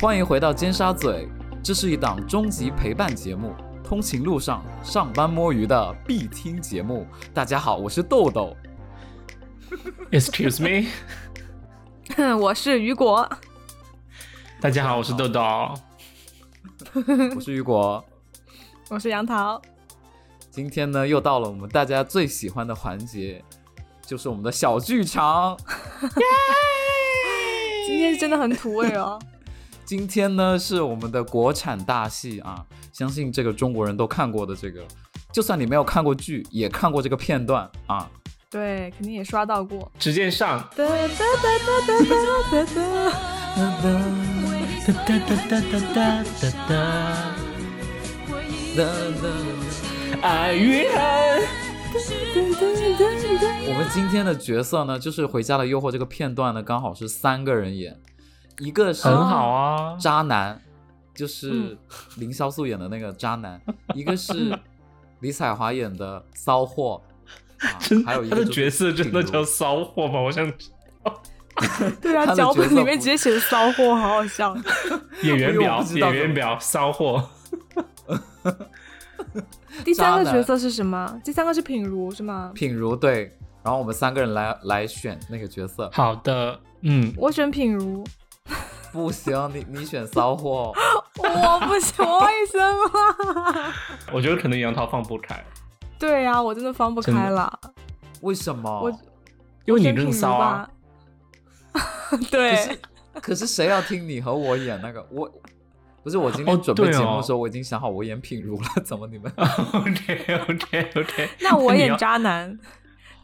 欢迎回到尖沙咀，这是一档终极陪伴节目，通勤路上、上班摸鱼的必听节目。大家好，我是豆豆。 Excuse me， 我是雨果，大家好，我是豆豆。我是雨果。我是杨桃。今天呢，又到了我们大家最喜欢的环节，就是我们的小剧场。今天真的很土味哦，今天呢，是我们的国产大戏啊，相信这个中国人都看过的这个，就算你没有看过剧，也看过这个片段啊。 对，肯定也刷到过。直接上，哒哒哒哒哒哒哒哒。哒哒哒哒哒哒哒哒。哎爱与恨。我们今天的角色呢，就是《回家的诱惑》这个片段呢，刚好是三个人演，一个是很好啊，渣男，就是嗯林潇肃演的那个渣 男，一个是李彩华演的骚货，啊 真，还有一他个的就是角色真的顶叫流骚货吗？我 想对啊他，的脚本角色里面不直接写的骚货，好好笑。演员我表不，知道演员表，骚货。第三渣男个角色是什么？第三个是品如是吗？品如对，然后我们三个人来来选那个角色， 好的，嗯，我选品如，不行，你你选骚货，我不行，为什么？我觉得可能杨桃放不开， 对呀、我真的放不真的开了，为什么？我因为你选品更如骚啊吧。。 对，可是谁要听你和我演那个？我不是我今天哦准备对节目哦的时候，我已经想好我演品如了，怎么你们 OK OK OK，那我你演要渣男，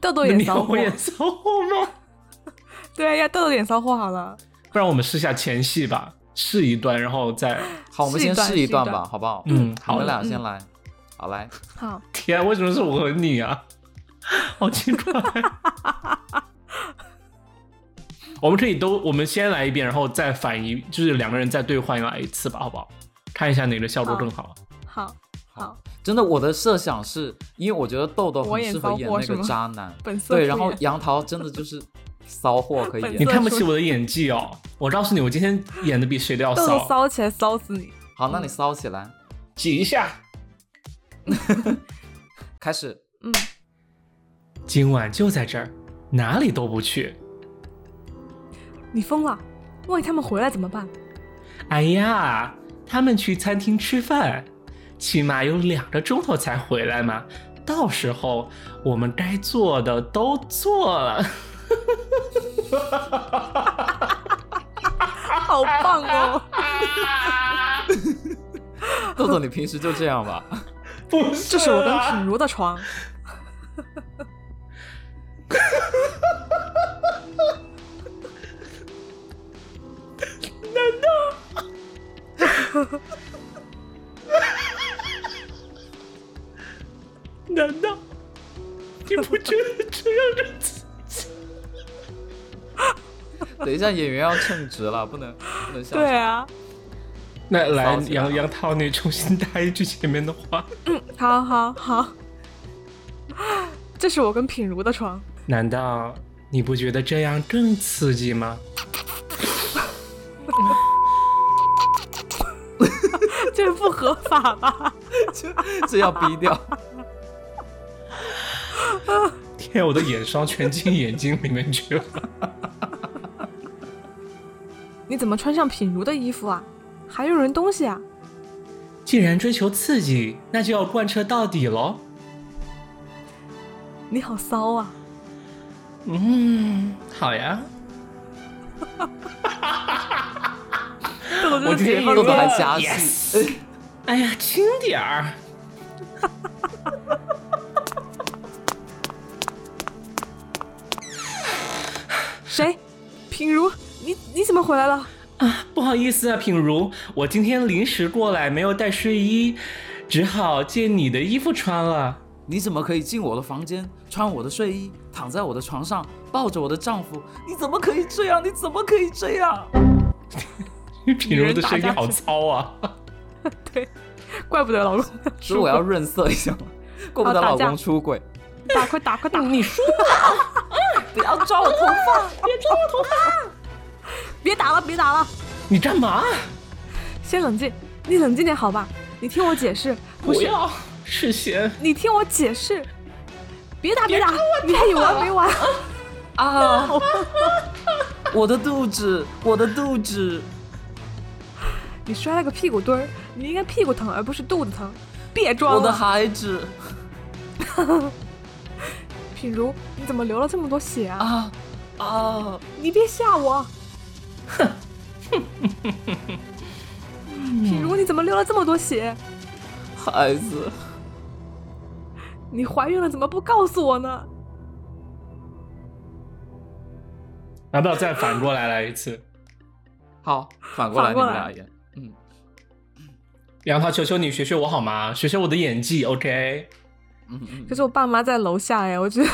豆豆那演你要骚货我，演骚货吗？对，要豆豆演骚货好了。不然我们试下前戏吧，试一段，然后再……好？我们试一先段试一试一段段吧，好不好？嗯好你们的俩先嗯来，好来，好，天，为什么是我和你啊？ 好奇怪。 我们可以都，我们先来一遍，然后再反一，就是两个人再兑换来一次吧，好不好？看一下哪个效果更好。好，好，真的，我的设想是因为我觉得豆豆我很演适合骚演货那是个吗渣男，本 色对，出然后演杨桃真的就是骚货可以本 你演。色看不起我的演技哦！我告诉你，我今天演的比谁 都要豆豆骚。骚起来，骚死你！好，那你骚起来，挤一下。开始。嗯，今晚就在这儿，哪里都不去。你疯了！万一他们回来怎么办？哎呀，他们去餐厅吃饭，起码有两个钟头才回来嘛。到时候我们该做的都做 了。好棒哦！豆豆，你平时就这样吧。 不是，这是我跟品如的床。难道你不觉得这样的自己？等一下，演员要称职了，不能不能笑场。对啊，那来骚起来杨了杨涛，你重新搭一句前面的话。嗯好好好， 这是我跟品如的床。难道你不觉得这样更刺激吗？这不合法吧？ 这要逼掉。 天，我的眼霜全进眼睛里面去了。你怎么穿上品如的衣服啊？还有人东西啊？既然追求刺激，那就要贯彻到底喽。你好骚啊！嗯，好呀。豆 豆我真今的天是豆豆还加戏 Yes 哎呀，轻点儿。谁？品如，你你怎么回来了？ 不好意思啊，品如，我今天临时过来，没有带睡衣，只好借你的衣服穿了。你怎么可以进我的房间，穿我的睡衣，躺在我的床上，抱着我的丈夫？你怎么可以这样？你怎么可以这样？品如的声音好糙啊！对，怪不得老公所以我要润色一 下嘛，怪不得好打老公架出轨。打快打快打！你说 不要抓我头发！别打了，别打了！你干嘛？先冷静，你冷静点好吧？你听我解释，不要，世贤，你听我解释，别打别打，你还有完没完？啊！我的肚子，我的肚子， 你摔了个屁股墩儿，你应该屁股疼而不是肚子疼，别装我的了。孩子品如，你怎么流了这么多血啊？啊啊！你别 吓我！品如，你怎么流了这么多血？孩子，你怀孕了怎么不告诉我呢？要不要再反过来来一次？好，反过来你反过们来俩演。嗯，杨桃，求求你学学我好吗？学学我的演技，OK？ 嗯嗯可是我爸妈在楼下哎，我 觉得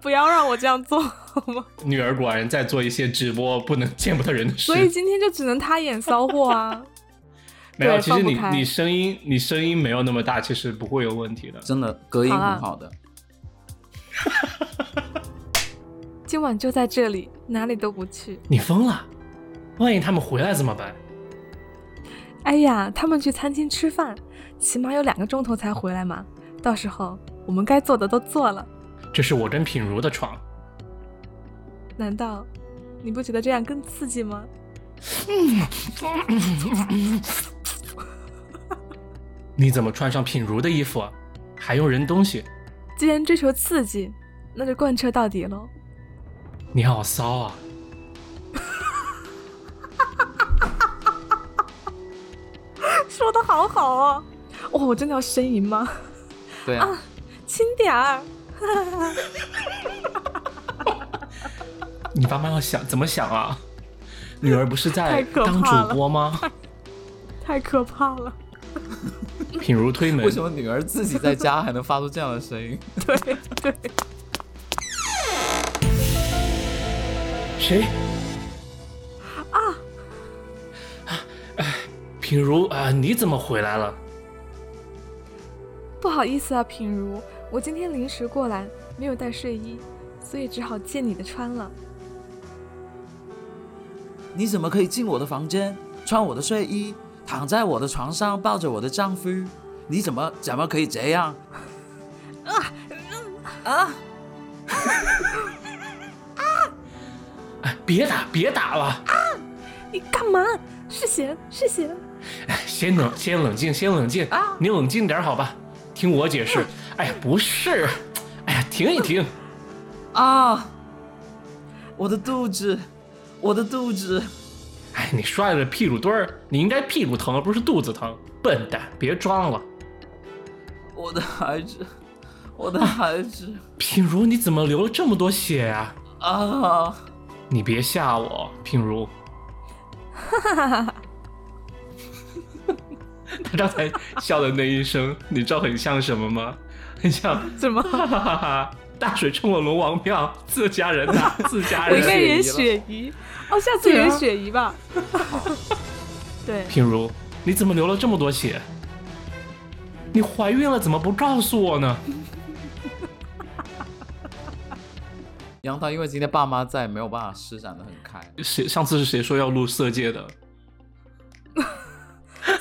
不要让我这样做好吗？女儿果然在做一些直播不能见不得人的事所。以今天就只能他演骚货啊。 没有，对其实放不你开你声音你声音没有那么大，其实不会有问题的。真的隔音好啊很好的。今晚就在这里，哪里都不去。你疯了？万一他们回来怎么办？哎呀，他们去餐厅吃饭，起码有两个钟头才回来嘛。到时候我们该做的都做了，这是我跟品如的床，难道你不觉得这样更刺激吗？你怎么穿上品如的衣服，还用人东西？既然追求刺激，那就贯彻到底喽。你好骚啊！说的好好哦，哇，我真的要呻吟吗？对啊，轻点儿，你爸妈要想怎么想 啊？女儿不是在太可怕当了主播 吗？太可怕了。品如推门为，什么女儿自己在家还能发出这样的声音？对对，谁？啊！啊啊哎品如啊、你怎么回来了？不好意思啊，品如，我今天临时过来，没有带睡衣，所以只好借你的穿了。你怎么可以进我的房间，穿我的睡衣，躺在我的床上抱着我的丈夫？你怎么怎么可以这样？哎，别打，别打了！你干嘛？是贤，是贤，哎，先冷，先冷静，先冷静啊！你冷静点儿好吧？听我解释。哎呀，不是，哎呀，停一停。啊！我的肚子，我的肚子，哎，你摔了屁股墩儿，你应该屁股疼而不是肚子疼，笨蛋，别装了。我的孩子，我啊的孩子品如，你怎么流了这么多血啊？啊！你别吓我，品如。他刚才笑的那一声，你知道很像什么吗？很像，怎么？哈哈哈哈！大水冲了龙王庙，自家人呐、自家我应人。该演演雪雪姨哦，下次对啊演雪姨吧。对，品如，你怎么流了这么多血？你怀孕了怎么不告诉我呢？杨桃因为今天爸妈在，没有办法施展的很开。谁上次是谁说要录色戒的？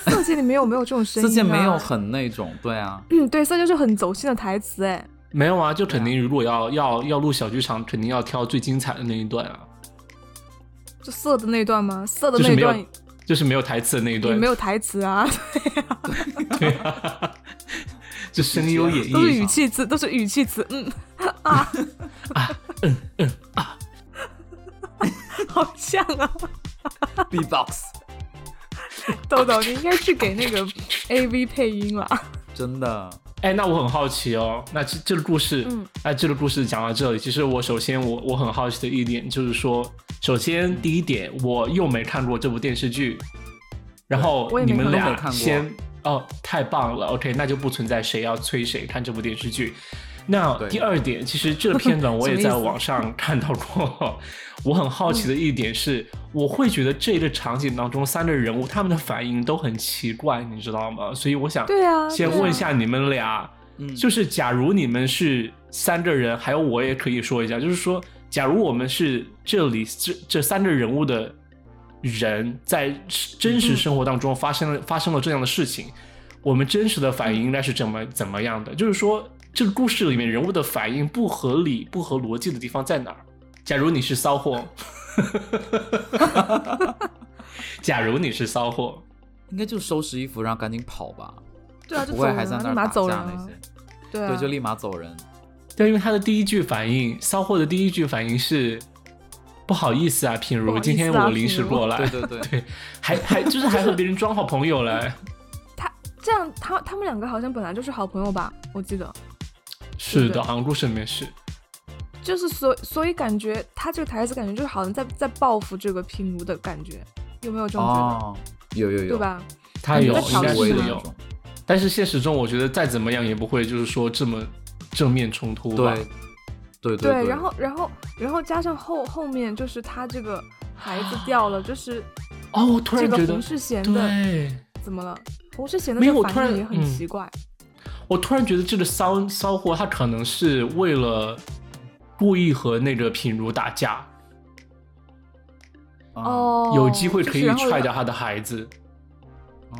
色戒里面有没有这种声音、这些啊？没有很那种，对啊，嗯，对，色戒是很走心的台词哎。没有啊，就肯定如果要要要录小剧场，肯定要挑最精彩的那一段啊，就色的那段吗？色的就是那没有段就是没有台词的那一也段，没有台词啊，对啊， 就声优演都是绎语气词，都是语气词。嗯，啊，嗯嗯啊， 好像啊， B-box，豆豆，你应该去给那个 A V 配音了。真的，哎，那我很好奇哦，那这这个故事，嗯哎，这个故事讲到这里，其实我首先我我很好奇的一点就是说，首先第一点，我又没看过这部电视剧，然后我也你没们看都过俩没看过先哦，太棒了，OK，那就不存在谁要催谁看这部电视剧。那对第二点，其实这个片段我也 什在么意思网上看到过。我很好奇的一点是，我会觉得这个场景当中三个人物他们的反应都很奇怪，你知道吗？所以我想 对啊，先对啊问一下你们俩，嗯，就是假如你们是三个人，还有我也可以说一下，就是说假如我们是这里这这三个人物的人，在真实生活当中发生了、发生了这样的事情，我们真实的反应应该是怎么怎么样的？就是说，这个故事里面人物的反应不合理、不合逻辑的地方在哪儿？假如你是骚 货， 假如你是骚货，应该就收拾衣服，然后赶紧跑吧，对啊，就不走会人还在啊，那立儿马打走人架啊那些，对啊，对，就立马走人。对，因为他的第一句反应，骚货的第一句反应是不好意思啊，品不好如，意思啊今天我临时品如过来，对对对，对，还还就是还和别人装好朋友嘞，这样他他们两个好像本来就是好朋友吧，我记得，是对的，好像故事里面是，就是所所以感觉他这个台词感觉就是好像在在报复这个品如的感觉，有没有 这种觉得？哦，有有有，对？吧？他有有在应挑该衅是的那有，种，但是现实中我觉得再怎么样也不会就是说这么正面冲突吧，对，对对对，然后然后然后加上后后面就是他这个孩子掉了，就是哦，我啊突这然个觉洪得，世贤的对，怎么了？洪世贤的没这有个我突反应然也很嗯奇怪，我突然觉得这个骚骚货他可能是为了故意和那个品如打架，啊哦，有机会就可是以然后踹掉他的孩子。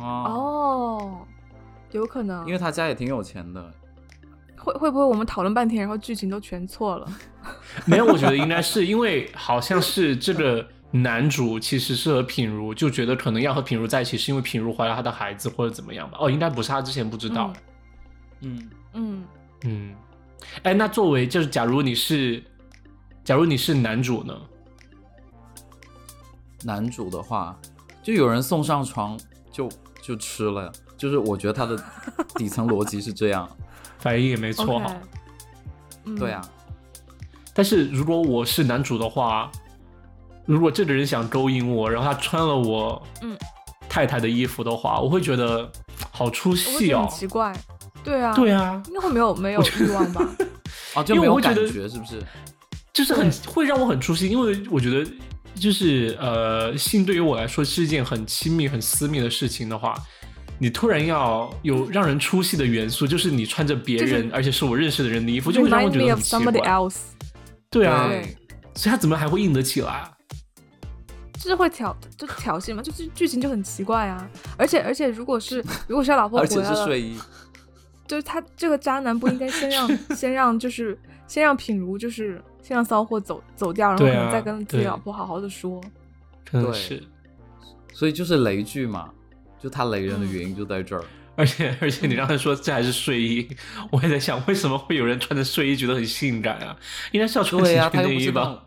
啊哦，哦，有可能，因为他家也挺有钱的，会会不会我们讨论半天，然后剧情都全 错了？没有，我觉得应该是因为好像是这个男主其实是和品如，就觉得可能要和品如在一起，是因为品如怀了他的孩子或者怎么样吧。哦，应该不是，他之前不知道。嗯，嗯，嗯，哎、那作为就是假如你是，假如你是男主呢？男主的话，就有人送上床就就吃了呀，就是我觉得他的底层逻辑是这样，反应也没错 OK 哈。 嗯，对啊，但是如果我是男主的话，如果这个人想勾引我，然后他穿了我嗯太太的衣服的话，我会觉得好出我会戏觉得哦很。奇怪，对啊，对啊，应该会没有没有欲望吧？哦就因没为有我会觉感得觉是不是？就是很会让我很出戏，因为我觉得就是呃，性对于我来说是一件很亲密、很私密的事情的话，你突然要有让人出戏的元素，就是你穿着别人，就是而且是我认识的人的衣服，就会让 我 Remind 觉得 me 很 of 奇 somebody 怪。 else，对啊，对所以他怎么还会硬得起来？就是会挑就挑衅嘛，就是剧情就很奇怪啊。而且而且，如 果是如果是他老婆而回且来是了，睡衣，就是他这个渣男不应该 先让先让就是先让品如就是先让骚货走走掉，然后对可啊能再跟自己对老婆好好的说。真的对是，所以就是雷剧嘛，就他雷人的原因就在这儿。而且而且你刚才说这还是睡衣，我也在想为什么会有人穿着睡衣觉得很性感啊？应该是要 穿对情呀、趣他又内不衣是那吧种？，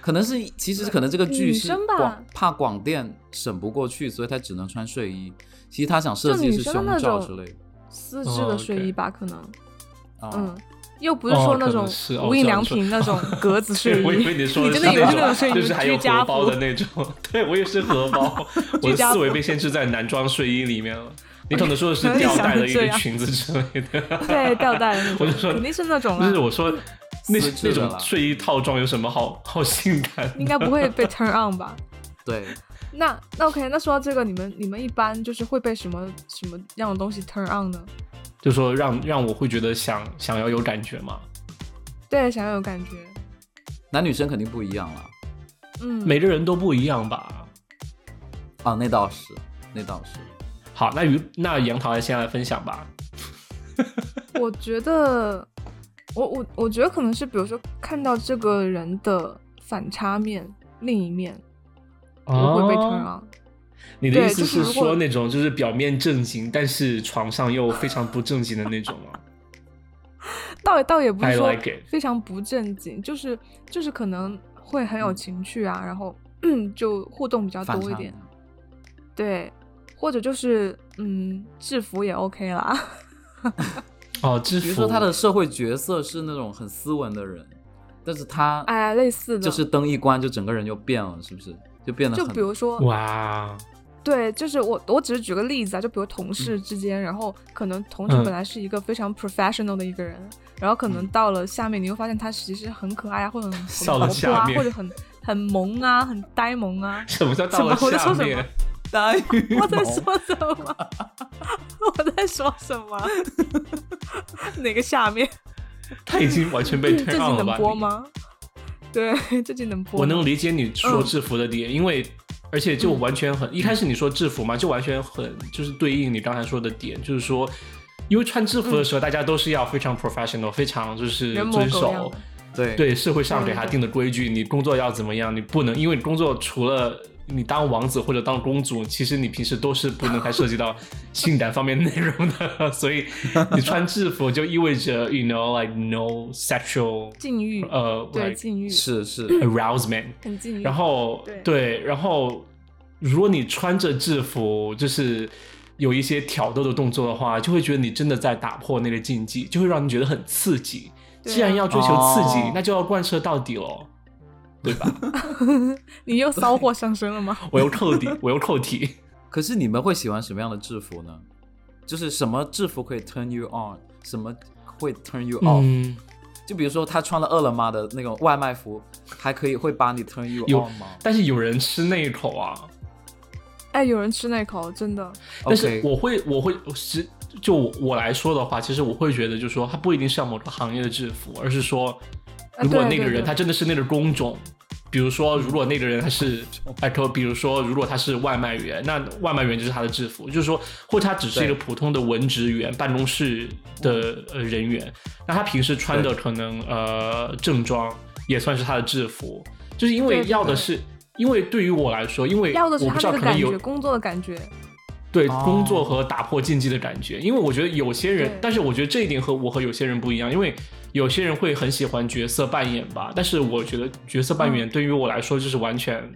可能是其实可能这个剧女是生吧广怕广电审不过去，所以他只能穿睡衣。其实他想设就计女是生胸的那罩种之类的。哦丝质的睡衣吧，可能，啊、嗯，又不是说那哦可种能是哦无印良品那种 格 子睡衣，我以为你说的真的以为是那种睡衣，就是还有居家荷包服的，那种。对，我也是荷 包，我居的家思维服被限制在男装睡衣里面了。你可能说的是可能吊想带成的一这个样裙子之类的， 对，吊 带的那我种就，说肯定是那种啊就是啦，我说那丝质那的种啦睡衣套装有什么好好性感？应该不会被 turn on 吧？对，那那 OK，那说到这个，你们你们一般就是会被什么什么样的东西 turn on 呢？就说让让我会觉得想想要有感觉嘛。对，想要有感觉，男女生肯定不一样了。嗯，每个人都不一样吧。啊，那倒是，那倒是。好，那于那杨桃先来分享吧。我觉得，我我我觉得可能是，比如说看到这个人的反差面，另一面，我会被 turn on，、你的意对思就是是如果说那种就是表面正经，但是床上又非常不正经的那种吗？倒也倒也不 I 是说 like it 非常不正经，就是就是可能会很有情趣啊，然后 就互动比较反多一差嗯点萌，对，或者就是嗯制服也 OK 啦， 哦，制服。比如说他的社会角色是那种很斯文的人，但是他哎，类似的，就是灯一关就整个人就变了，是不是？就变得就很比如说哇，对，就是我，我只是举个例子啊，就比如同事之间，然后可能同事嗯本来是一个非常 professional 的一个人，然后可能到了下面，你会发现他其实很可爱啊，或者很很到了活泼下啊，面。或者很很萌啊，很呆萌啊什么叫到了什么我在下说什么面？大羽我在毛说什么？ 我在说什么？哪个下面？他已经完全被这 turn 集 on 了嗯能吧？播吗？对，这集能播吗。我能理解你说嗯制服的点，因为而且就完全很一开始你说制服嘛，就完全很就是对应你刚才说的点，就是说，因为穿制服的时候，大家都是要非常 professional，非常就是嗯人模遵狗样守对对社会上给对他对定的规矩，你工作要怎么样，你不能因为你工作除了。你当王子或者当公主，其实你平时都是不能太涉及到性感方面内容的， 所以你穿制服就意味着，you know like no sexual 禁欲，呃、对 like 禁欲是是哎 arousement，很禁欲。然后对然后如果你穿着制服，就是有一些挑逗的动作的话，就会觉得你真的在打破那个禁忌，就会让你觉得很刺激。对啊既然要追求刺激，哦那就要贯彻到底喽，对吧？ 你又骚货上身了吗？我又扣底，我又扣题。可是你们会喜欢什么样的制服呢？就是什么制服可以 turn you on，什么会 turn you off？、嗯，就比如说他穿了饿了么的那种外卖服，还可以会把你 turn you 有 on 吗但是有人吃那一口啊。哎，有人吃那口，真的。但是？OK，我会，我会，是就我我来说的话，其实我会觉得，就是说，它不一定是要某个行业的制服，而是说，啊如果对那个对人对他真的是那个工种，比如说，如果那个人他是，哦哎，可比如说，如果他是外卖员，那外卖员就是他的制服，就是说，或者他只是一个对嗯普通的文职员、办公室的呃人员，那他平时穿的可能呃正装也算是他的制服，就是因对为对要的对是。因为对于我来说，因为要我的是不他知那道个可感能有觉，工作的感觉。对哦工作和打破禁忌的感觉，因为我觉得有些人对，但是我觉得这一点和我和有些人不一样，因为有些人会很喜欢角色扮演吧，但是我觉得角色扮演对于我来说就是完全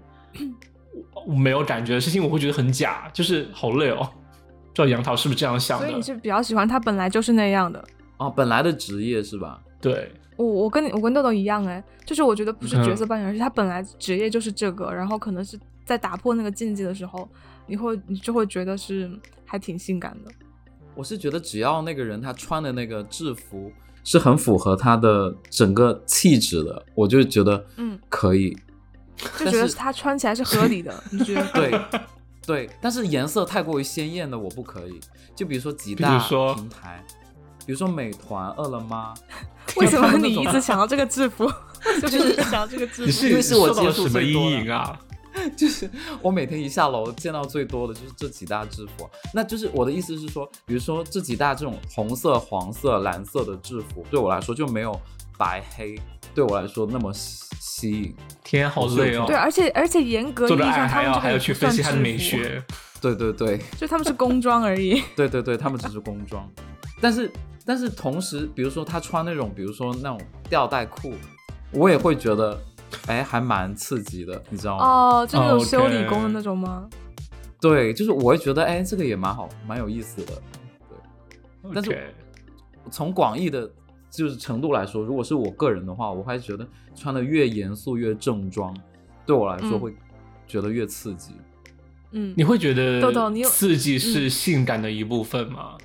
我我没有感觉的事情，我会觉得很假，就是好累哦。不知道杨桃是不是这样想所以你的？是比较喜欢他本来就是那样的。哦，本来的职业是吧？对，我我跟你我跟豆豆一样哎，就是我觉得不是嗯角色扮演，而是他本来职业就是这个，然后可能是在打破那个禁忌的时候，你会你就会觉得是还挺性感的。我是觉得只要那个人他穿的那个制服是很符合他的整个气质的，我就觉得嗯可 以。就但觉得是他穿起来是合理的，你觉得？对对，但是颜色太过于鲜艳的我不可以。就比如说几比如大说平台，比如说美团、饿了么，为什么你一直想到这个制 服？就是一直想到这个制你服。因是为是我受到了接触什么最多阴的影啊？ 就是我每天一下楼见到最多的就是这几大制服。那就是我的意思是说，比如说这几大这种红色、黄色、蓝色的制服，对我来说就没有白黑对我来说那么吸吸引。天，好累哦对，！啊而且而且严格意做义着上，爱他还们要这个还也要不去分算析它的制美服，学，对对对，就他们是工装而已。对对对，他们只是工装，但是但是同时，比如说他穿那种，比如说那种吊带裤，我也会觉得，哎，还蛮刺激的，你知道吗？哦，就是那种 OK 修理工的那种吗？对，就是我会觉得，哎，这个也蛮好，蛮有意思的。但是 OK 从广义的就是程度来说，如果是我个人的话，我还觉得穿的越严肃越正装，对我来说嗯会觉得越刺激。嗯你，会觉豆豆你得有刺激是性感的一部分吗？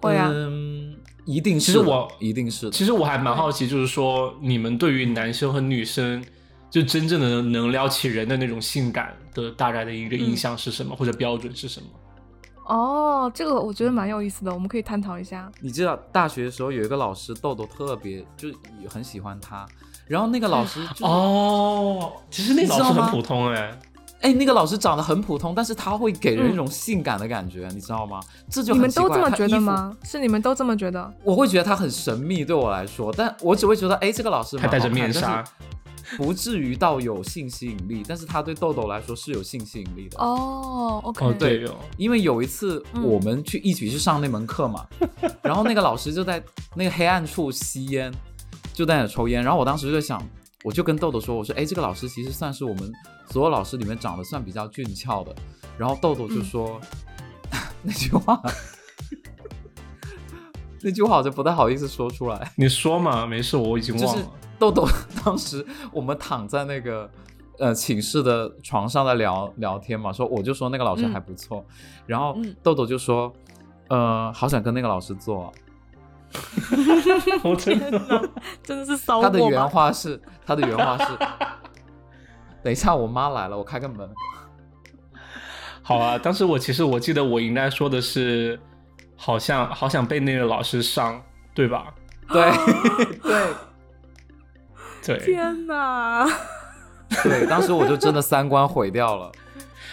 会啊嗯，一定是其实的我一定是的，其实我还蛮好奇，就是说你们对于男生和女生，就真正的能能撩起人的那种性感的大概的一个印象是什么，或者标准是什么？哦，这个我觉得蛮有意思的，我们可以探讨一下。你知道大学的时候有一个老师豆豆特别就很喜欢他，然后那个老师啊就是哦，其实那你老知师道很吗普通哎、哎、那个老师长得很普通，但是他会给人一种性感的感觉，你知道吗？这就嗯你很们奇怪都这么觉他得？衣服吗？是你们都这么觉得？我会觉得他很神秘，对我来说，但我只会觉得，哎，这个老师他戴着蛮好看面纱，哦但是不至于到有性吸引力，但是他对豆豆来说是有性吸引力的。哦，OK，哦，对哦，因为有一次嗯我们去一起去上那门课嘛，然后那个老师就在那个黑暗处吸烟，就在那抽烟。然后我当时就想，我就跟豆豆说，我说，哎，这个老师其实算是我们所有老师里面长得算比较俊俏的。然后豆豆嗯就说、 那句话， 那句话好像不太好意思说出来。你说嘛，没事，我已经就忘是了。豆 豆当时我们躺在那个呃寝室的床上在聊聊天嘛，说我就说那个老师嗯还不错，然后嗯哦豆豆就说，呃，好想跟那个老师做啊、 我真的真的是骚他的货原吧？话是，他的原话 是，等一下我妈来了，我开个门。好啊！当时我其实我记得我应该说的是，好像 好想被那个老师伤，对吧？对对，对，天哪！对，当时我就真的三观毁掉了。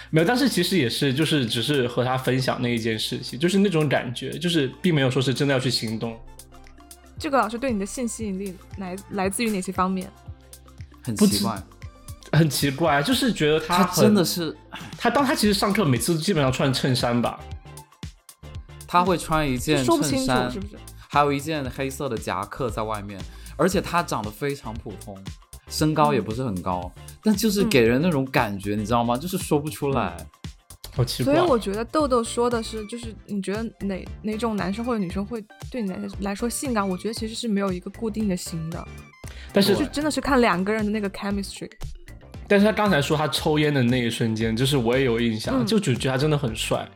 没有，但是其实也是，就是只是和他分享那一件事情，就是那种感觉，就是并没有说是真的要去行动。 这个老师对你的性吸引力来来自于哪些方面？很不奇知怪，很奇怪，啊就是觉得他他很真的是他当他其实上课每次基本上穿衬衫吧，他会穿一件说不衬清楚衫是，不是？还有一件黑色的夹克在外面，而且他长得非常普通，身高也不是很高，嗯但就是给人那种感觉，你知道吗？就是说不出来。嗯好奇所怪。啊以我觉得豆豆说的是，就是你觉得哪哪种男生或者女生会对你来来说性感？我觉得其实是没有一个固定的型的，但是对就真的是看两个人的那个 chemistry。但是他刚才说他抽烟的那一瞬间，就是我也有印象，嗯就就觉得他真的很帅，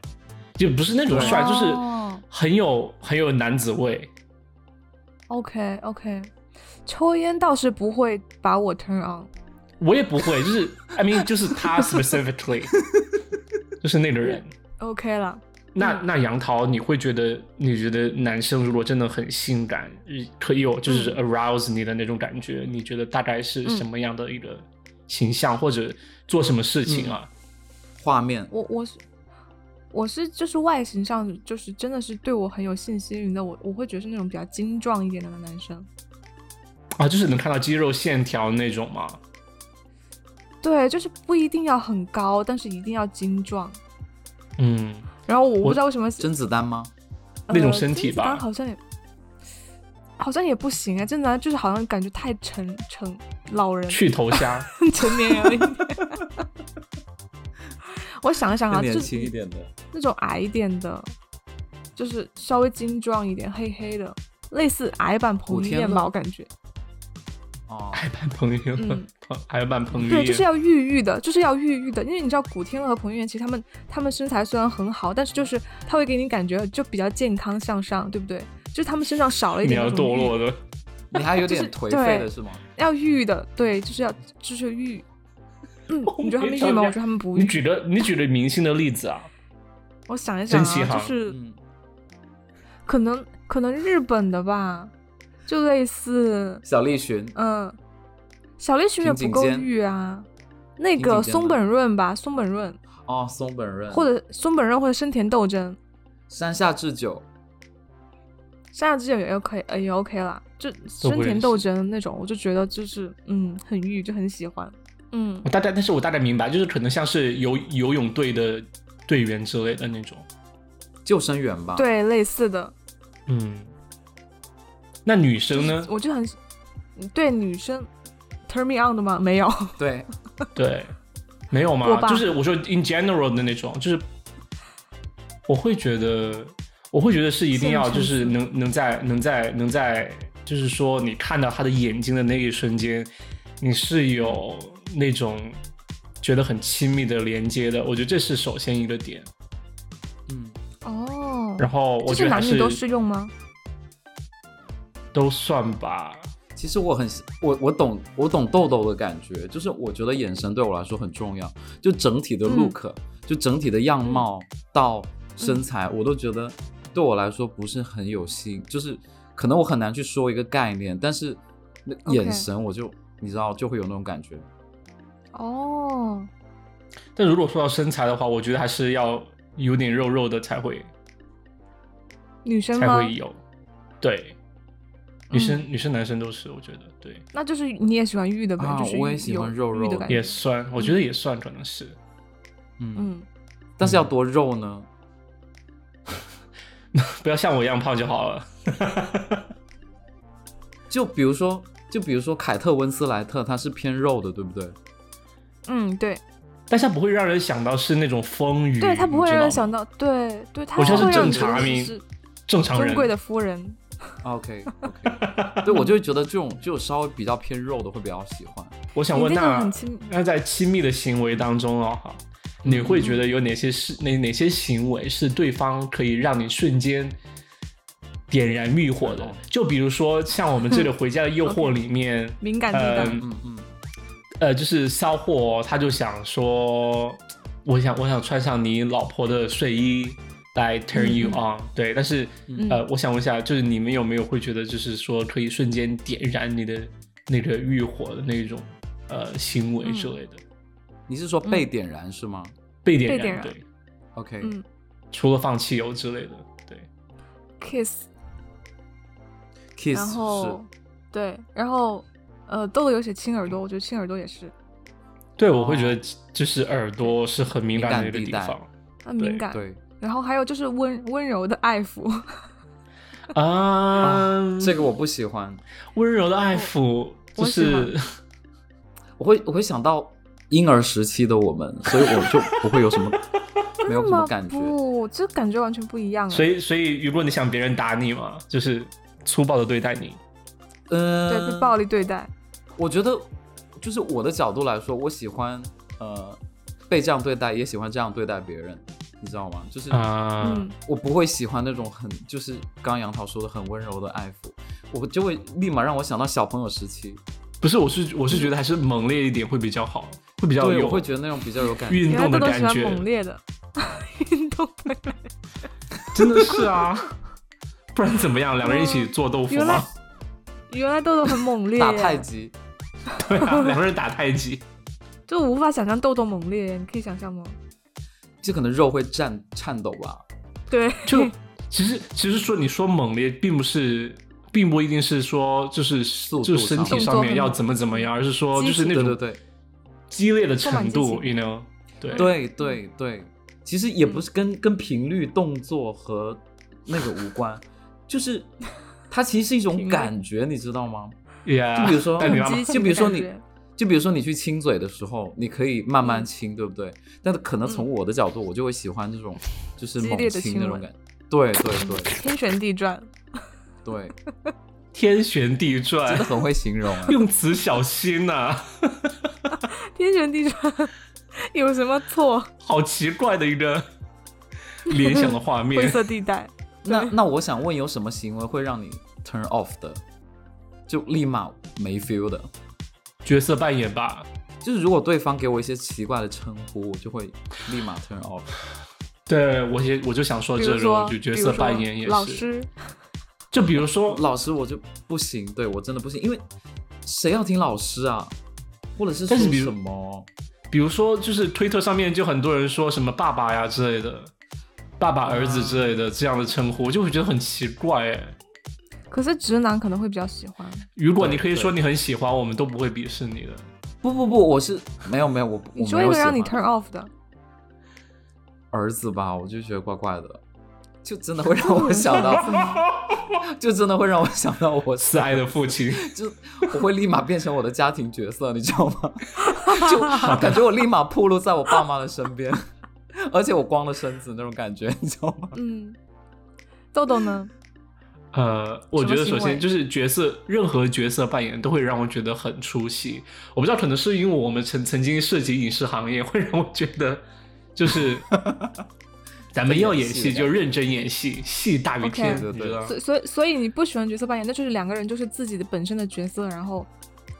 就不是那种帅，哦就是很有很有男子味。 OK OK，抽烟倒是不会把我 turn on。我也不会，就是 I mean，就是他 specifically，就是那个人。 OK 了，嗯那那杨桃，你会觉得你觉得男生如果真的很性感，呃可以有就是嗯 arouse 你的那种感觉，你觉得大概是什么样的一个形象，或者做什么事情啊？嗯画面我我是我是就是外形上就是真的是对我很有性吸引的，我我会觉得是那种比较精壮一点的男生。啊，就是能看到肌肉线条那种吗？对，就是不一定要很高，但是一定要精壮。嗯，然后我我不知道为什么甄子丹吗？呃那种身体甄子丹吧好像也好像也不行啊，真的就是好像感觉太成成老人去头 虾。成年人了一点。 我想一想啊，更就年轻一点的，那种矮一点的，就是稍微精壮一点、黑黑的，类似矮版彭古于天晏乐吧，我感觉。哦，还扮彭于晏嗯， 还扮彭于对，晏，就是要郁郁的，就是要郁郁的，因为你知道古天乐和彭于晏其实他们他们身材虽然很好，但是就是他会给你感觉就比较健康向上，对不对？就是他们身上少了一你点要那种堕郁落的。你还有就是点颓对废的是吗？要郁的，对，就是要就是郁。嗯，你 觉得他们郁吗？我觉得他们不你郁。举的你举的明星的例子啊，我想一真想稀啊，罕 就是嗯，可能可能日本的吧，就类似小栗旬，嗯，小栗旬也不平井够坚郁啊，那平个井坚松吗本润吧，松本润哦，松本润，或者松本润或者生田斗真，山下智久，山下智久也 OK，呃也 OK 啦，就不生认田识斗真那种，我就觉得就是嗯很郁，就很喜欢，嗯我大概，但是我大概明白，就是可能像是游游泳队的队员之类的那种。救生员吧？，对类似的，嗯，那女生呢？我就很对女生 turn me on 的吗？没有，对，对，没有我吗？吧就是我说 in general 的那种，就是我会觉得，我会觉得是一定要现就成是能能在能在能在，就是说你看到他的眼睛的那一瞬间，你是有那种觉得很亲密的连接的。我觉得这是首先一个点。嗯，哦，然后我觉这得是还男女都是适用吗？都算吧。其实我很我我懂我懂豆豆的感觉，就是我觉得眼神对我来说很重要，就整体的嗯 look，、就整体的样貌到身材，嗯我都觉得对我来说不是很有吸引，就是可能我很难去说一个概念，但是那 OK 眼神我就你知道就会有那种感觉，哦，但如果说到身材的话，我觉得还是要有点肉肉的才会女生才吗？嗯会有。对，女生、女生男生都是，我觉得对，那就是你也喜欢玉的呗，啊就是我也有喜欢有肉玉的肉感的也觉。算，我觉得也算，可能是。 嗯，嗯，但是要多肉呢？不要像我一样胖就好了。就比如说就比如说凯特温斯莱特，她是偏肉的，对不对？嗯，对，但是它不会让人想到是那种风雨，对他不会嗯你知道让人吗想到，对对，他我觉得是会让正你觉常得民是正常尊贵人。的夫人。 OK OK，对我就会觉得这种就稍微比较偏肉的会比较喜欢。我想你问这种那很亲，那在亲密的行为当中哦，哈，你会嗯觉得有哪些事、哪哪些行为是对方可以让你瞬间点燃欲火的嗯哦？就比如说像我们这个《回家的诱惑》里面，敏感地呃带嗯嗯，呃，就是骚货哦他就想说，我想我想穿上你老婆的睡衣来 turn you on，、对，但是、嗯呃，我想问一下，就是你们有没有会觉得就是说可以瞬间点燃你的那个欲火的那种呃行为嗯之类的，你是说被点燃是吗被点被点燃对， ？OK，嗯除了放汽油之类的，对， ，kiss， ，kiss 然后是对，然后呃，豆豆有写亲耳朵，我觉得亲耳朵也是对我会觉哦得就是耳朵是很敏感的一个地敏感地方啊带很敏感。对然后还有就是温温柔的爱抚，啊，嗯这个我不喜欢，温柔的爱抚就哦我喜欢是。我会我会想到婴儿时期的我们，所以我就不会有什 么没有什么感觉。不，这感觉完全不一样啊。所以，所以如果你想别人打你嘛，就是粗暴的对待你，嗯，对被暴力对待，我觉得就是我的角度来说，我喜欢呃被这样对待，也喜欢这样对待别人，你知道吗？就是啊、嗯，我不会喜欢那种很就是刚刚杨桃说的很温柔的爱抚，我就会立马让我想到小朋友时期，不是，我是我是觉得还是猛烈一点会比较好，会比较对，有我会觉得那种比较有感觉。运原来动的豆豆感喜欢觉，猛烈的运动的感觉，真的是啊，不然怎么样？两个人一起做豆腐原来吗？ 原来豆豆很猛烈耶，打太极，对啊，两个人打太极，就我无法想象豆豆猛烈耶，你可以想象吗？这可能肉会颤颤抖吧。对，就其实其实说你说猛烈，并不是。并不一定是说就是度就是身体上上面动作要很怎么怎么样，而是说就激是那对对种对激烈的充满程激度，you 情 know，对对对对，其实也不是跟、嗯跟频率、动作和那个无 关，就是它其实是一频种率感觉，你知道吗？ ，yeah，就比如说代很表激吗激情就比如的说感你觉就比如说你去亲嘴的时候，你可以慢慢嗯亲，对不对？但是可能从我的角度，我就会喜欢这种就是激猛烈的亲亲那种吻感觉。对对对天旋地转，对，天旋地转！真的，很会形容啊 用词小心啊呐、天旋地转有什么错？好奇怪的一个联想的画灰面。色 地带，那那我想问，有什么行为会让你 turn off 的？就立马没 feel 的，角色扮演吧，就是如果对方给我一些奇怪的称呼，我就会立马 turn off。对我也我就想说比这如种说就角比色如说扮演也老是，师，就比如说老师我就不行，对我真的不行，因为谁要听老师啊？或者是说但是比如什么？比如说就是推特上面就很多人说什么爸爸呀之类的，爸爸儿子之类的这样的称呼，我就会觉得很奇怪哎。可是直男可能会比较喜欢，如果你对可以说对你很喜欢，我们都不会鄙视你的。不不不，我是没有没有，我你我说没一有个喜让你欢 turn off 的，儿子吧，我就觉得怪怪的，就真的会让我想到， 就真的会让我想到我慈爱的父亲，就我会立马变成我的家庭角色，你知道吗？ 就感觉我立马暴露在我爸妈的身边，而且我光了身子那种感觉，你知道吗？嗯，豆豆呢？呃，我觉得首什么行先为就是角色，任何角色扮演都会让我觉得很出戏。我不知道，可能是因为我们曾曾经涉及影视行业，会让我觉得就是 咱们要演戏就认真演戏，戏大于 OK 天，啊对对你知道吗所以所以所以你不喜欢角色扮演，那就是两个人就是自己的本身的角色，然后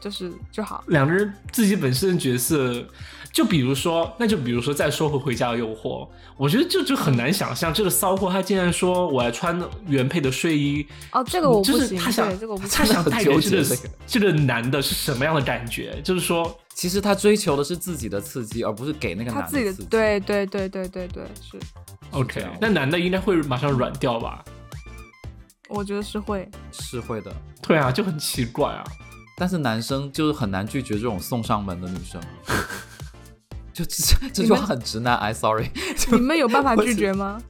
就是就好。两个人自己本身的角色，就比如说，那就比如说再说回《回家的诱惑》，我觉得这就很难想象，这个骚货他竟然说我要穿原配的睡衣，哦，这个我就不是行，他想对，这个我不他行。想带给这纠结个这个这个男的是什么样的感觉？就是说，其实他追求的是自己的刺激，而不是给那个他男自己的的刺激。，对对对对对对，是， OK，这样那男的应该会马上软掉吧？我觉得是会。 是会的。对啊，就很奇怪啊。但是男生就是很难拒绝这种送上门的女 生，就这这句话很直男，I sorry。你们有办法拒绝吗？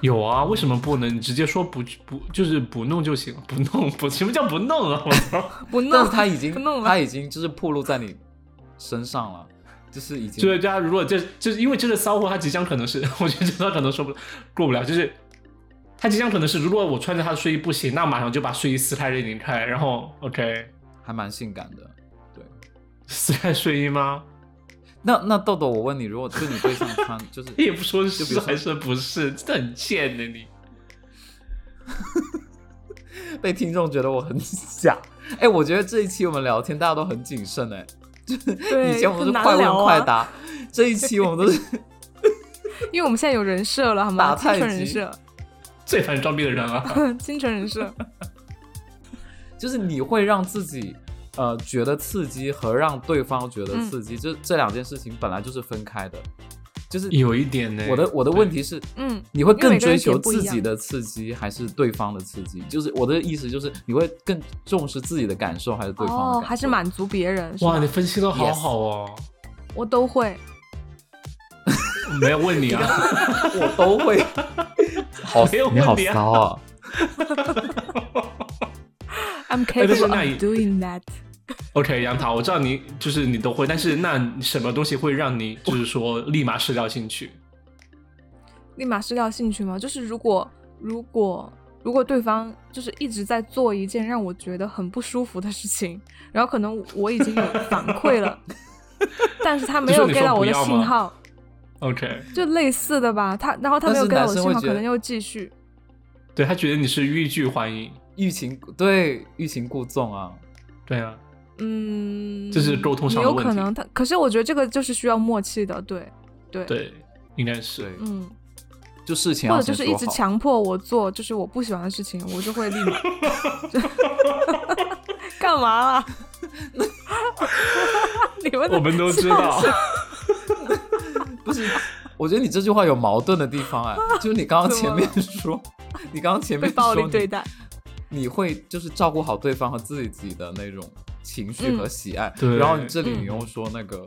有啊，为什么不能直接说不不就是不弄就行？不弄 不什么叫不弄啊？我 操！不弄，但是他已经不 弄他了。已经就是暴露在你身上了，就是已经所以大家如果这就是因为这个骚货，他即将可能是， 我觉得这他可能说不过不了，就是他即将可能是，如果我穿着他的睡衣不行，那马上就把睡衣撕开给你看，然后 OK 还蛮性感的。对，撕开睡衣吗？那那豆豆，我问你，如果对你对象穿 就是也不说就比是如说还是不是，真的很贱的你。被听众觉得我很假，哎，我觉得这一期我们聊天大家都很谨慎哎。对，以前我们都很是难快问聊啊快答，这一期我们都是因为我们现在有人设了，好吗？打清太纯人极设，啊 最烦装逼的人了、清纯人设。就是你会让自己呃觉得刺激和让对方觉得刺嗯激，这这两件事情本来就是分开的。就是 有一点呢。我的我的对问题是，嗯你会因为更每个追人求点不一自己样的刺激还是对方的刺激？就是我的意思就是，你会更重视自己的感受还是对方的哦，感还是受满足别人是哇，吗你分析的好 Yes 好哦。我都会，没有问你啊，我都会。 好没有你好问题啊骚啊！ I'm 哎但是 capable 那也 of doing that。 OK，杨桃，我知道你就是你都会，但是那什么东西会让你就是说立马失掉兴趣？立马失掉兴趣吗？就是如果如果如果对方就是一直在做一件让我觉得很不舒服的事情， 然后可能我已经有反 馈了，但是他没就有是你说 get 到我不的要吗信号， OK，就类似的吧。他然后他没有但 get 是男到我的生信会号，觉得可能又继续。对他觉得你是欲拒还迎，欲擒对欲擒故纵啊！对啊，嗯，这是沟通上的有问可题能他，可是我觉得这个就是需要默契的，对对，对，应该是对，嗯，就事情或要者先就是一直说好强迫我做就是我不喜欢的事情，我就会立马 干嘛 啦？你们的我们都知 道，不是， 我觉得你这句话有矛盾的地方 哎，就是你刚刚前面说，你刚刚前面被暴说力对待，你，你会就是照顾好对方和自己的那种情绪嗯和喜爱，对然后你这里你又说那个，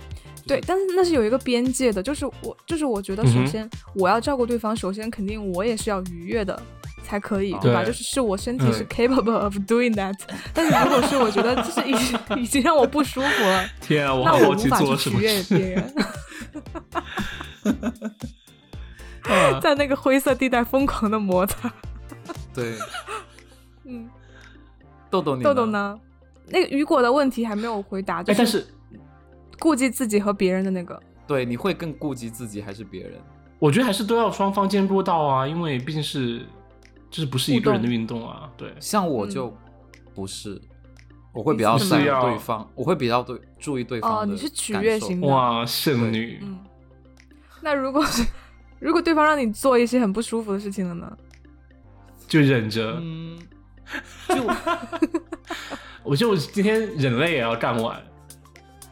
对，但是那是有一个边界的，就是我就是我觉得，嗯首哼先我要照顾对方，首先肯定我也是要愉悦的。才可以，对吧？对就是是我身体是嗯 capable of doing that，、但 是如果是我觉得就是已经已经让我不舒服了，天啊，我那好我好无奇法做了什去取么悦事，别 人， 嗯 在那个灰色地带疯狂的摩擦。 对，嗯，豆豆你豆豆？呢？那个雨果的问题还没有回答，就哎，但是顾及自己和别人的那个，对，你会更顾及自己还是别人？我觉得还是都要双方兼顾到啊，因为毕竟是就是不是一个人的互运动啊，对，像我嗯就不是，我会你比较是在乎要对方，我会比较对注意对方的哦你是取感悦受型的哇，剩女，嗯，那如果是如果对方让你做一些很不舒服的事情了呢？就忍着，嗯，我就今天忍了也要干完，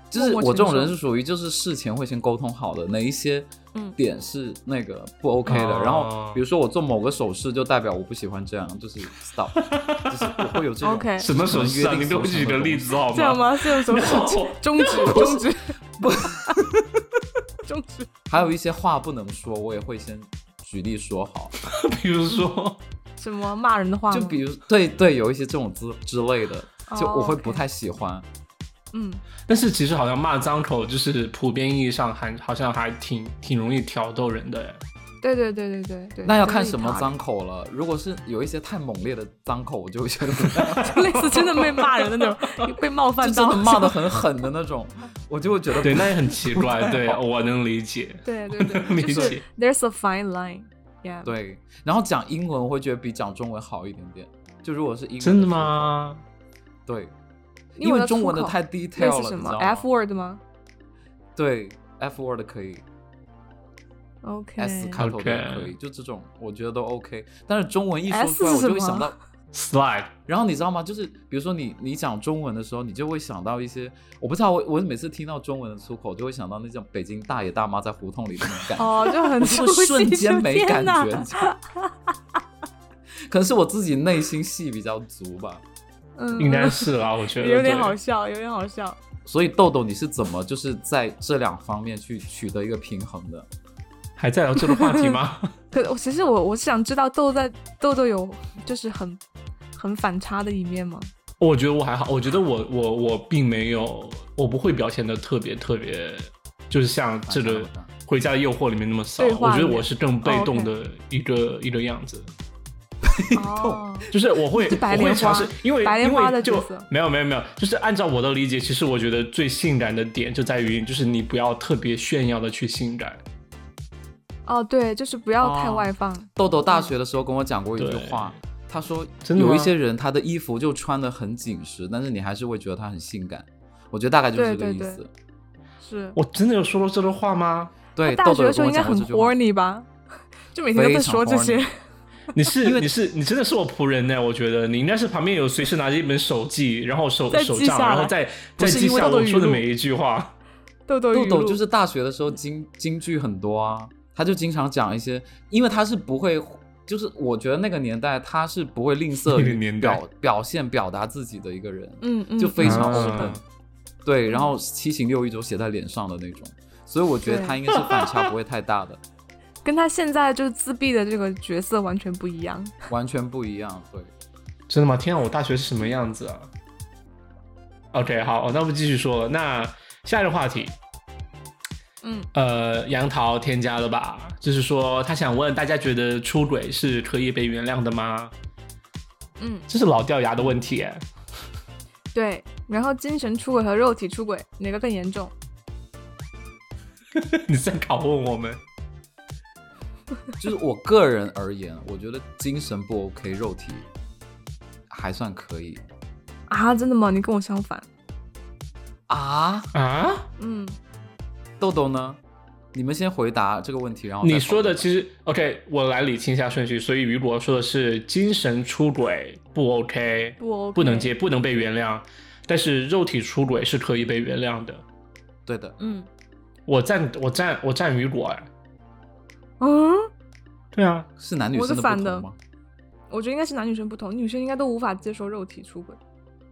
就是默我默这种承人受是属于就是事前会先沟通好的哪一些嗯点是那个不 OK 的，哦然后比如说我做某个手势就代表我不喜欢这样，就是 stop，就是我会有这种 OK 什么手势啊？可能约定你给我俗成举的个例东子好这 样吗？吗？是用什么手 指？中指，中指，不，中指。西，还有一些话不能说，我也会先举例说好，比如说，什么骂人的话吗？就比如对对，有一些这种之之类的，就嗯哦我会 OK 不太喜欢。嗯， 但是其实好像骂脏口，就是普遍意义上还好像还挺挺容易挑逗人的耶。对对对对对对。那要就看是什一么茬脏口了，如果是有一些太猛烈的脏口，我就会觉 得不太好就类似真的被骂人的那种，被冒犯就到真的骂的很狠的那种，我就会觉得对，那也很奇 怪。对，我能理解。对对 对，理就解是 there's a fine line，yeah，，对，然后讲英文我会觉得比讲中文好一点点。就如果是英文真的说吗？法？对，因因为为我中文的出口太类 detail 似了，什你么知道吗 F word 吗对 F word 可以？OK， ，S 开头的也 OK 可以，就这种我觉得都 OK。但是中文一说 S 出来，我是就会什想么 到， slide 然后你知道吗？就是比如说你你讲中文的时候，你就会想到一些，我不知道我我每次听到中文的出口，就会想到那种北京大爷大妈在胡同里那种感觉。哦，就很我就熟会悉，瞬间没天感哪觉，你知道吗 可能是我自己内心戏比较足吧。嗯，应该是啦，我觉得有点好对笑，有点好笑。所以豆豆，你是怎么就是在这两方面去取得一个平衡的？还在聊这个话题吗？ 可我其实我我是想知道豆在豆豆有就是很很反差的一面吗？我觉得我还好，我觉得我我我并没有，我不会表现的特别特别，就是像这个好的好的《回家的诱惑》里面那么骚。对我话觉里得面我是更被动哦的一个、一个样子，哦，就是我会是 白莲我花会尝试，因为白莲花因的为角就色没有没有没有，就是按照我的理解，其实我觉得最性感的点就在于，就是你不要特别炫耀的去性感。哦，对，就是不要太哦外放。豆豆大学的时候跟我讲过一句对话，他说真的吗有一些人他的衣服就穿的很紧实，但是你还是会觉得他很性感。我觉得大概就是这个对意对思。是，我真的有说过这种话吗？哦 对，大豆学豆有的时跟候我应该讲过很 这句话。 horny 吧？就每天都在说这些非常，你是你是你真的是我仆人呢，我觉得你应该是旁边有随时拿着一本手记，然后手再记手下账，然后来再不再是记因为下豆豆我语说的录每一句话。豆豆豆语豆录就是大学的时候京京剧很多啊，他就经常讲一些，因为他是不会，就是我觉得那个年代他是不会吝啬那个于年代表表现表达自己的一个人，嗯嗯，就非常嗯 open，、对，然后七情六欲都写在脸上的那种，所以我觉得对他应该是反差不会太大 的，跟他现在就是自闭的这个角色完全不一样。完全不一样，对。真的吗？天啊，我大学是什么样子啊？OK，好，哦那我们继续说了。那下一个话题，嗯，呃，杨桃添加了吧？就是说，他想问大家，觉得出轨是可以被原谅的吗？嗯，这是老掉牙的问题哎。对。然后精神出轨和肉体出轨哪个更严重？ 你在拷问我们？就是我个人而言，我觉得精神不 OK，肉体还算可以啊，真的吗？你跟我相反。啊。啊？嗯，豆豆呢？你们先回答这个问题，然后再你说的讨论其实 OK，我来理清一下顺序。所以雨果说的是精神出轨不 OK，不 OK 不能接，不能被原谅，但是肉体出轨是可以被原谅的。对的，嗯我站我站我站雨果哎，嗯，对啊，是男女我是生的不反同的吗？我觉得应该是男女生不同，女生应该都无法接受肉体出轨。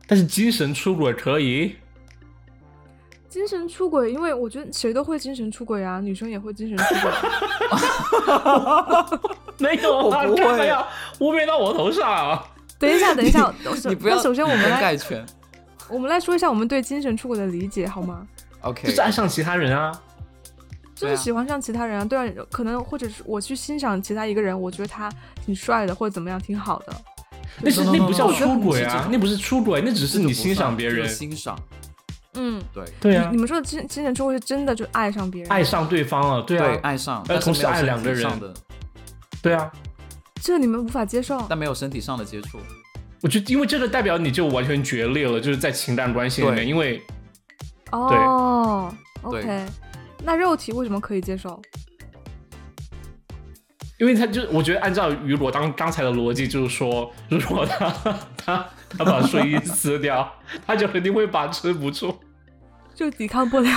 但是精神出轨可以， 精神出轨，因为我觉得谁都会精神出轨啊，女生也会精神出 轨啊。没有啊，我不会 干嘛呀，污蔑到我头上啊。等一下，等一下，我首你不要，那首先我们掩来盖全我们来说一下我们对精神出轨的理解好吗？ ，OK， 就是爱上其他人啊，就是喜欢上其他人啊，对啊，可能或者是我去欣赏其他一个人，我觉得他挺帅的或者怎么样，挺好的。那是 No, no, 那 no, 不叫 no, no, 出轨这啊种，那不是出轨，那只是这种你不欣赏算别这个人。欣赏，嗯，对对啊你，们说的精精神出轨是真的就爱上别人，爱上对方了，对对，啊，爱上，呃但是同时没有爱身两个体上人的，对啊。这你们无法接受。但没有身体上的接触，我觉得，因为这个代表你就完全决裂了，就是在情感关系里面，对因为哦，OK，对那肉体为什么可以接受？因为他就我觉得按照雨果当刚才的逻辑，就是说，如果他他他把睡衣撕掉， 他就肯定会把持不住。就抵抗不了。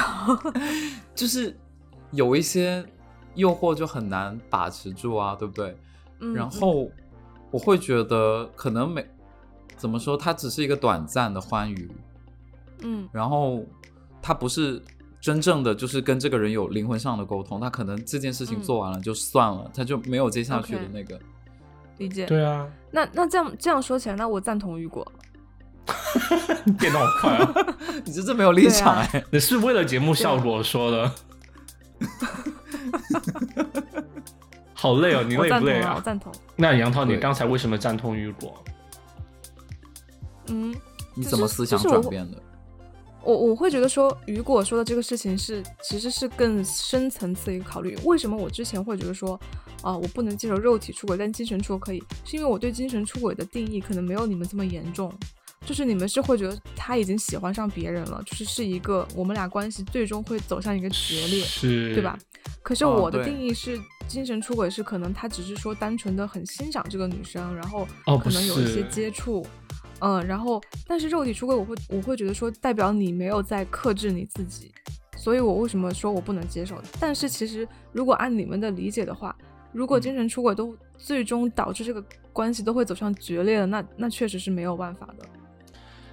就是有一些诱惑就很难把持住啊，对不对？嗯，然后我会觉得可能没怎么说，它只是一个短暂的欢愉，嗯，然后它不是真正的就是跟这个人有灵魂上的沟通，他可能这件事情嗯做完了就算了，他就没有接下去的 OK 那个。理解。对 啊，那那这样这样说起来，那我赞同雨果。变得好快啊！你这这没有立场对啊哎、你是为了节目效啊果说的。 好累哦，你我累赞不同累啊，我啊？赞同。那杨涛，你对刚才为什么赞同雨果？嗯，你怎么就是思想就是我转变的？我我会觉得说，雨果说的这个事情是其实是更深层次的一个考虑。为什么我之前会觉得说，啊、我不能接受肉体出轨，但精神出轨可以，是因为我对精神出轨的定义可能没有你们这么严重。就是你们是会觉得他已经喜欢上别人了，就是是一个我们俩关系最终会走向一个决裂。是，对吧？？嗯可是哦我的对定义是，精神出轨是可能他只是说单纯的很欣赏这个女生，然后哦可不能有一些是接触，嗯，然后但是肉体出轨，我会我会觉得说代表你没有在克制你自己，所以我为什么说我不能接受？但是其实如果按你们的理解的话，如嗯果精神出轨都最终导致这个关系都会走向决裂了，那那确实是没有办法的。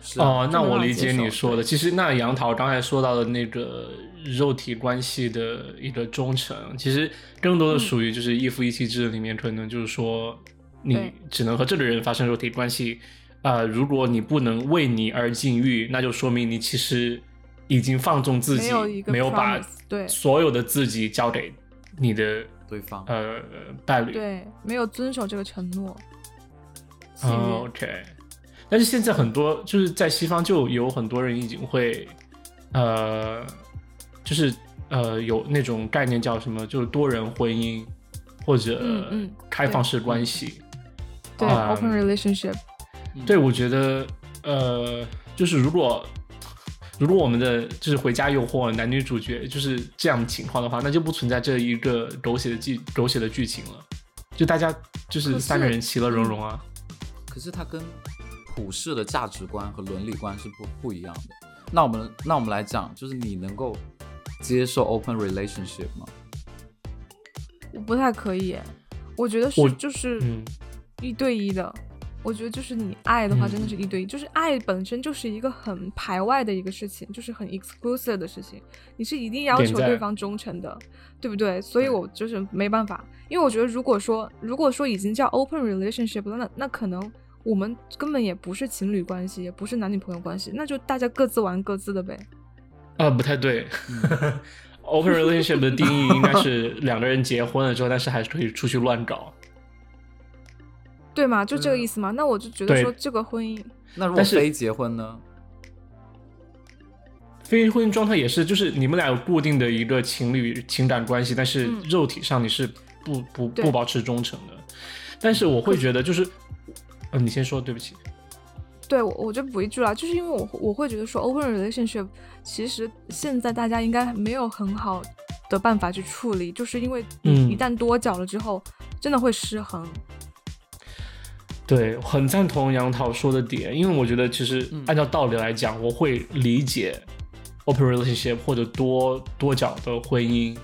是啊哦，那就没我办法理接解你受说的。对其实，那杨桃刚才说到的那个肉体关系的一个忠诚，其实更多的嗯属于就是一夫一妻制里面，可能就是说你对只能和这个人发生肉体关系。呃，如果你不能为你而禁欲，那就说明你其实已经放纵自己，没有一个没有把 promise，对所有的自己交给你的对方。呃伴侣。对，没有遵守这个承诺。契约哦 OK，但是现在很多就是在西方就有很多人已经会，呃，就是呃有那种概念叫什么，就是多人婚姻或者嗯嗯开放式关系。对、嗯 o p e n relationship，对，我觉得呃，就是如果如果我们的就是回家诱惑男女主角就是这样的情况的话，那就不存在这一个狗血的剧狗血的剧情了。就大家就可是是三个人其乐融融啊。可是它跟普世的价值观和伦理观是不不一样的。那我们那我们来讲，就是你能够接受 open relationship 吗？我不太可以耶，我觉得是我就是嗯，一对一的。我觉得就是你爱的话，嗯真的是一对一，就是爱本身就是一个很排外的一个事情，就是很 exclusive 的事情，你是一定要点求赞对方忠诚的，对不对？所以对我就是没办法，因为我觉得如果说如果说已经叫 open relationship 了，那那可能我们根本也不是情侣关系，也不是男女朋友关系，那就大家各自玩各自的呗。啊，不太对。Open 嗯 relationship 的定义应该是两个人结婚了之后，但是还是可以出去乱搞。对嘛，就这个意思嘛。那我就觉嗯得对说这个婚姻，那如果但是非结婚呢？非婚姻状态也是，就是你们俩有固定的一个情侣情感关系，但是嗯肉体上你是不不对不保持忠诚的。但是我会觉得就是，嗯，你先说，对不起。对我我就补一句啦，就是因为我会我会觉得说 open relationship 其实现在大家应该没有很好的办法去处理，就是因为嗯一旦多角了之后，真的会失衡。对，很赞同杨桃说的点，因为我觉得其实嗯按照道理来讲，我会理解 open relationship 或者多多角的婚姻，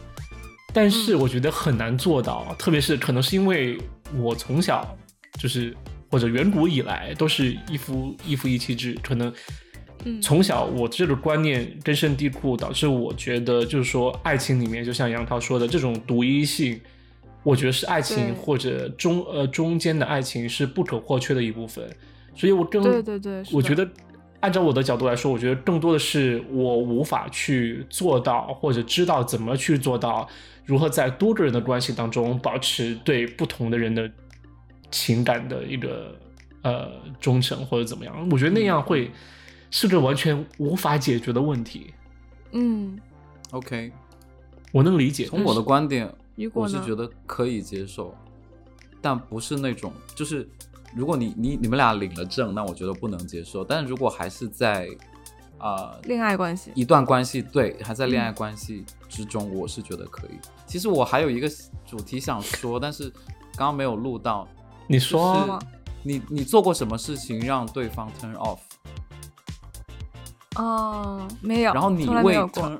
但嗯是我觉得很难做到，特别是可能是因为我从小就是或者远古以来都是一夫一夫一妻制，可能嗯从小我这个观念根深蒂固，导致我觉得就是说爱情里面，就像杨涛说的这种独一性，我觉得是爱对情或者中呃中间的爱情是不可或缺的一部分，所以我更对对对，是的嗯我觉得按照我的角度来说，我觉得更多的是我无法去做到，或者知道怎么去做到，如何在多个人的关系当中保持对不同的人的情感的一个呃忠诚或者怎么样。我觉得嗯那样会是个完全无法解决的问题。嗯， OK，我能理解，从我的观点，雨果我是呢觉得可以接受，但不是那种就是，如果你你你们俩领了证，那我觉得不能接受。但是如果还是在啊、呃恋爱关系一段关系，对，还在恋爱关系之中，我是觉得可以。其实我还有一个主题想说，但是刚刚没有录到，你就说啊是你你做过什么事情让对方 turn off？哦，没有，然后你从来没为有过 turn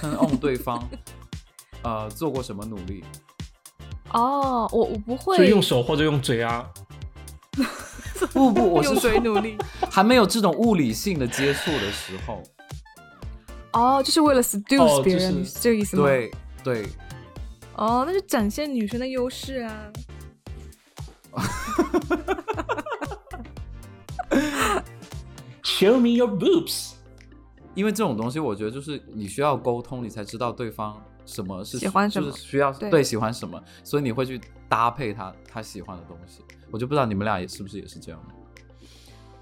turn on 对方，呃，做过什么努力？哦，我我不就会用手或者用嘴啊，不不， 我是用说嘴 努力，还没有这种物理性的接触的时 候，哦，就是为了 seduce 哦别就是人，你是这个意思吗？，对对，哦，那就展现女生的优势啊。 Show me your boobs。因为这种东西，我觉得就是你需要沟通，你才知道对方什么是喜欢什么就是需要对喜欢什么，所以你会去搭配他他喜欢的东西。我就不知道你们俩也是不是也是这样。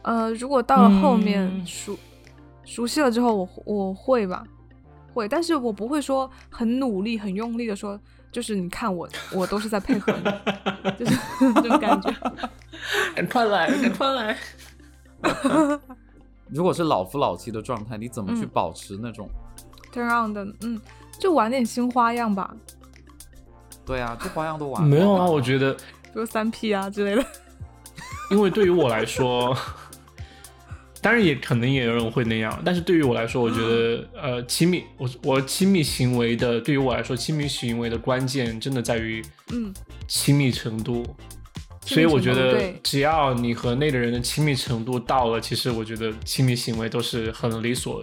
呃，如果到了后面、嗯熟熟悉了之后我，我会吧，会，但是我不会说很努力、很用力的说，就是你看我，我都是在配合你，就是 这种感觉。赶快来，赶快来！如果是老夫老妻的状态，你怎么去嗯保持那种？ turn on 的，嗯，就玩点新花样吧，对啊，这花样都玩了没有啊，我觉得比如三 P 啊之类的。因为对于我来说， 当然也可能也有人会那样，但是对于我来说，我觉得呃，亲密，我我亲密行为的，对于我来说，亲密行为的关键真的在于嗯，亲密程度。亲密程度所以我觉得对，只要你和那个人的亲密程度到了，其实我觉得亲密行为都是很理所，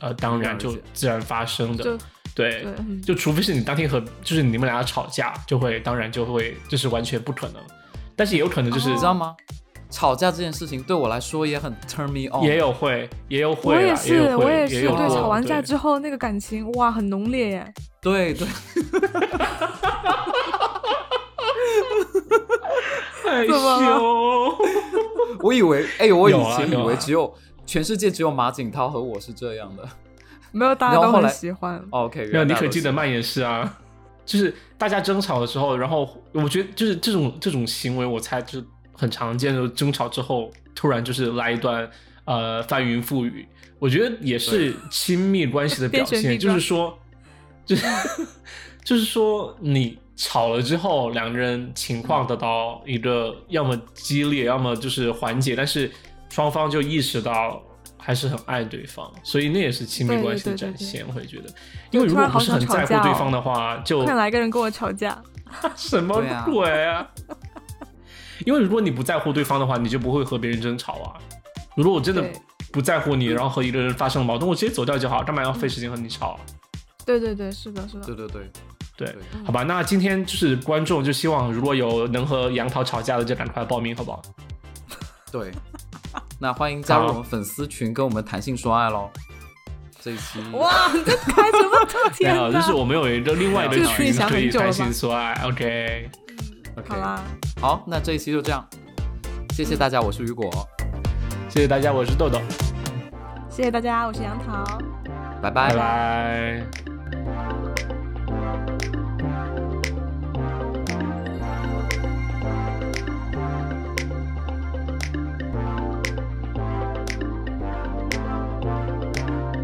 呃，当然了就解自然发生就的。 对对，嗯就除非是你当天和就是你们俩吵架，就会当然就会就是完全不可能，但是也有可能就是你知哦道吗？吵架这件事情对我来说也很 turn me on，也有会，也有会我啊，也有是，会我也是，有对，过吵完架对之后那个感情哇，很浓烈耶。对对，害怎么羞。我以为哎，我以有啊前以有啊为只有全世界只有马景涛和我是这样的。没有，大然家后都后很来喜欢。 OK，没有，原你来可记得如此曼也是啊，就是大家争吵的时候，然后我觉得就是这种这种行为，我猜就是很常见，就是争吵之后突然就是来一段呃翻云覆雨，我觉得也是 亲密关系的表天旋地现，就转是说，就是就是说你吵了之后，两个人情况得到一个要么激烈，要么就是缓解，但是双方就意识到还是很爱对方，所以那也是亲密对关系的对对展对现。我也觉得，对因为如突果然不好是想很吵在乎架对哦方的话，就快来一个人跟我吵架， 什么对啊鬼啊？因为如果你不在乎对方的话，你就不会和别人争吵啊。如果我真的对不在乎你，嗯然后和一个人发生矛盾，我直接走掉就好，干嘛要费时间和你吵？啊对对对，是的，是的对，对对，对对，好吧，那今天就是观众就希望如果有能和杨桃吵架的，就赶快报名，好不好？对，那欢迎加入好我们粉丝群，跟我们谈性说爱喽。这一期哇，你在开 什么 特还天好，啊就是我们有一个另外一这个个自己群想可以很久了谈吧心说爱，OK， ，OK，好啦，好，那这一期就这样，谢谢大家，我是雨果，谢谢大家，我是豆豆，谢谢大家，我是杨桃。拜拜拜。拜。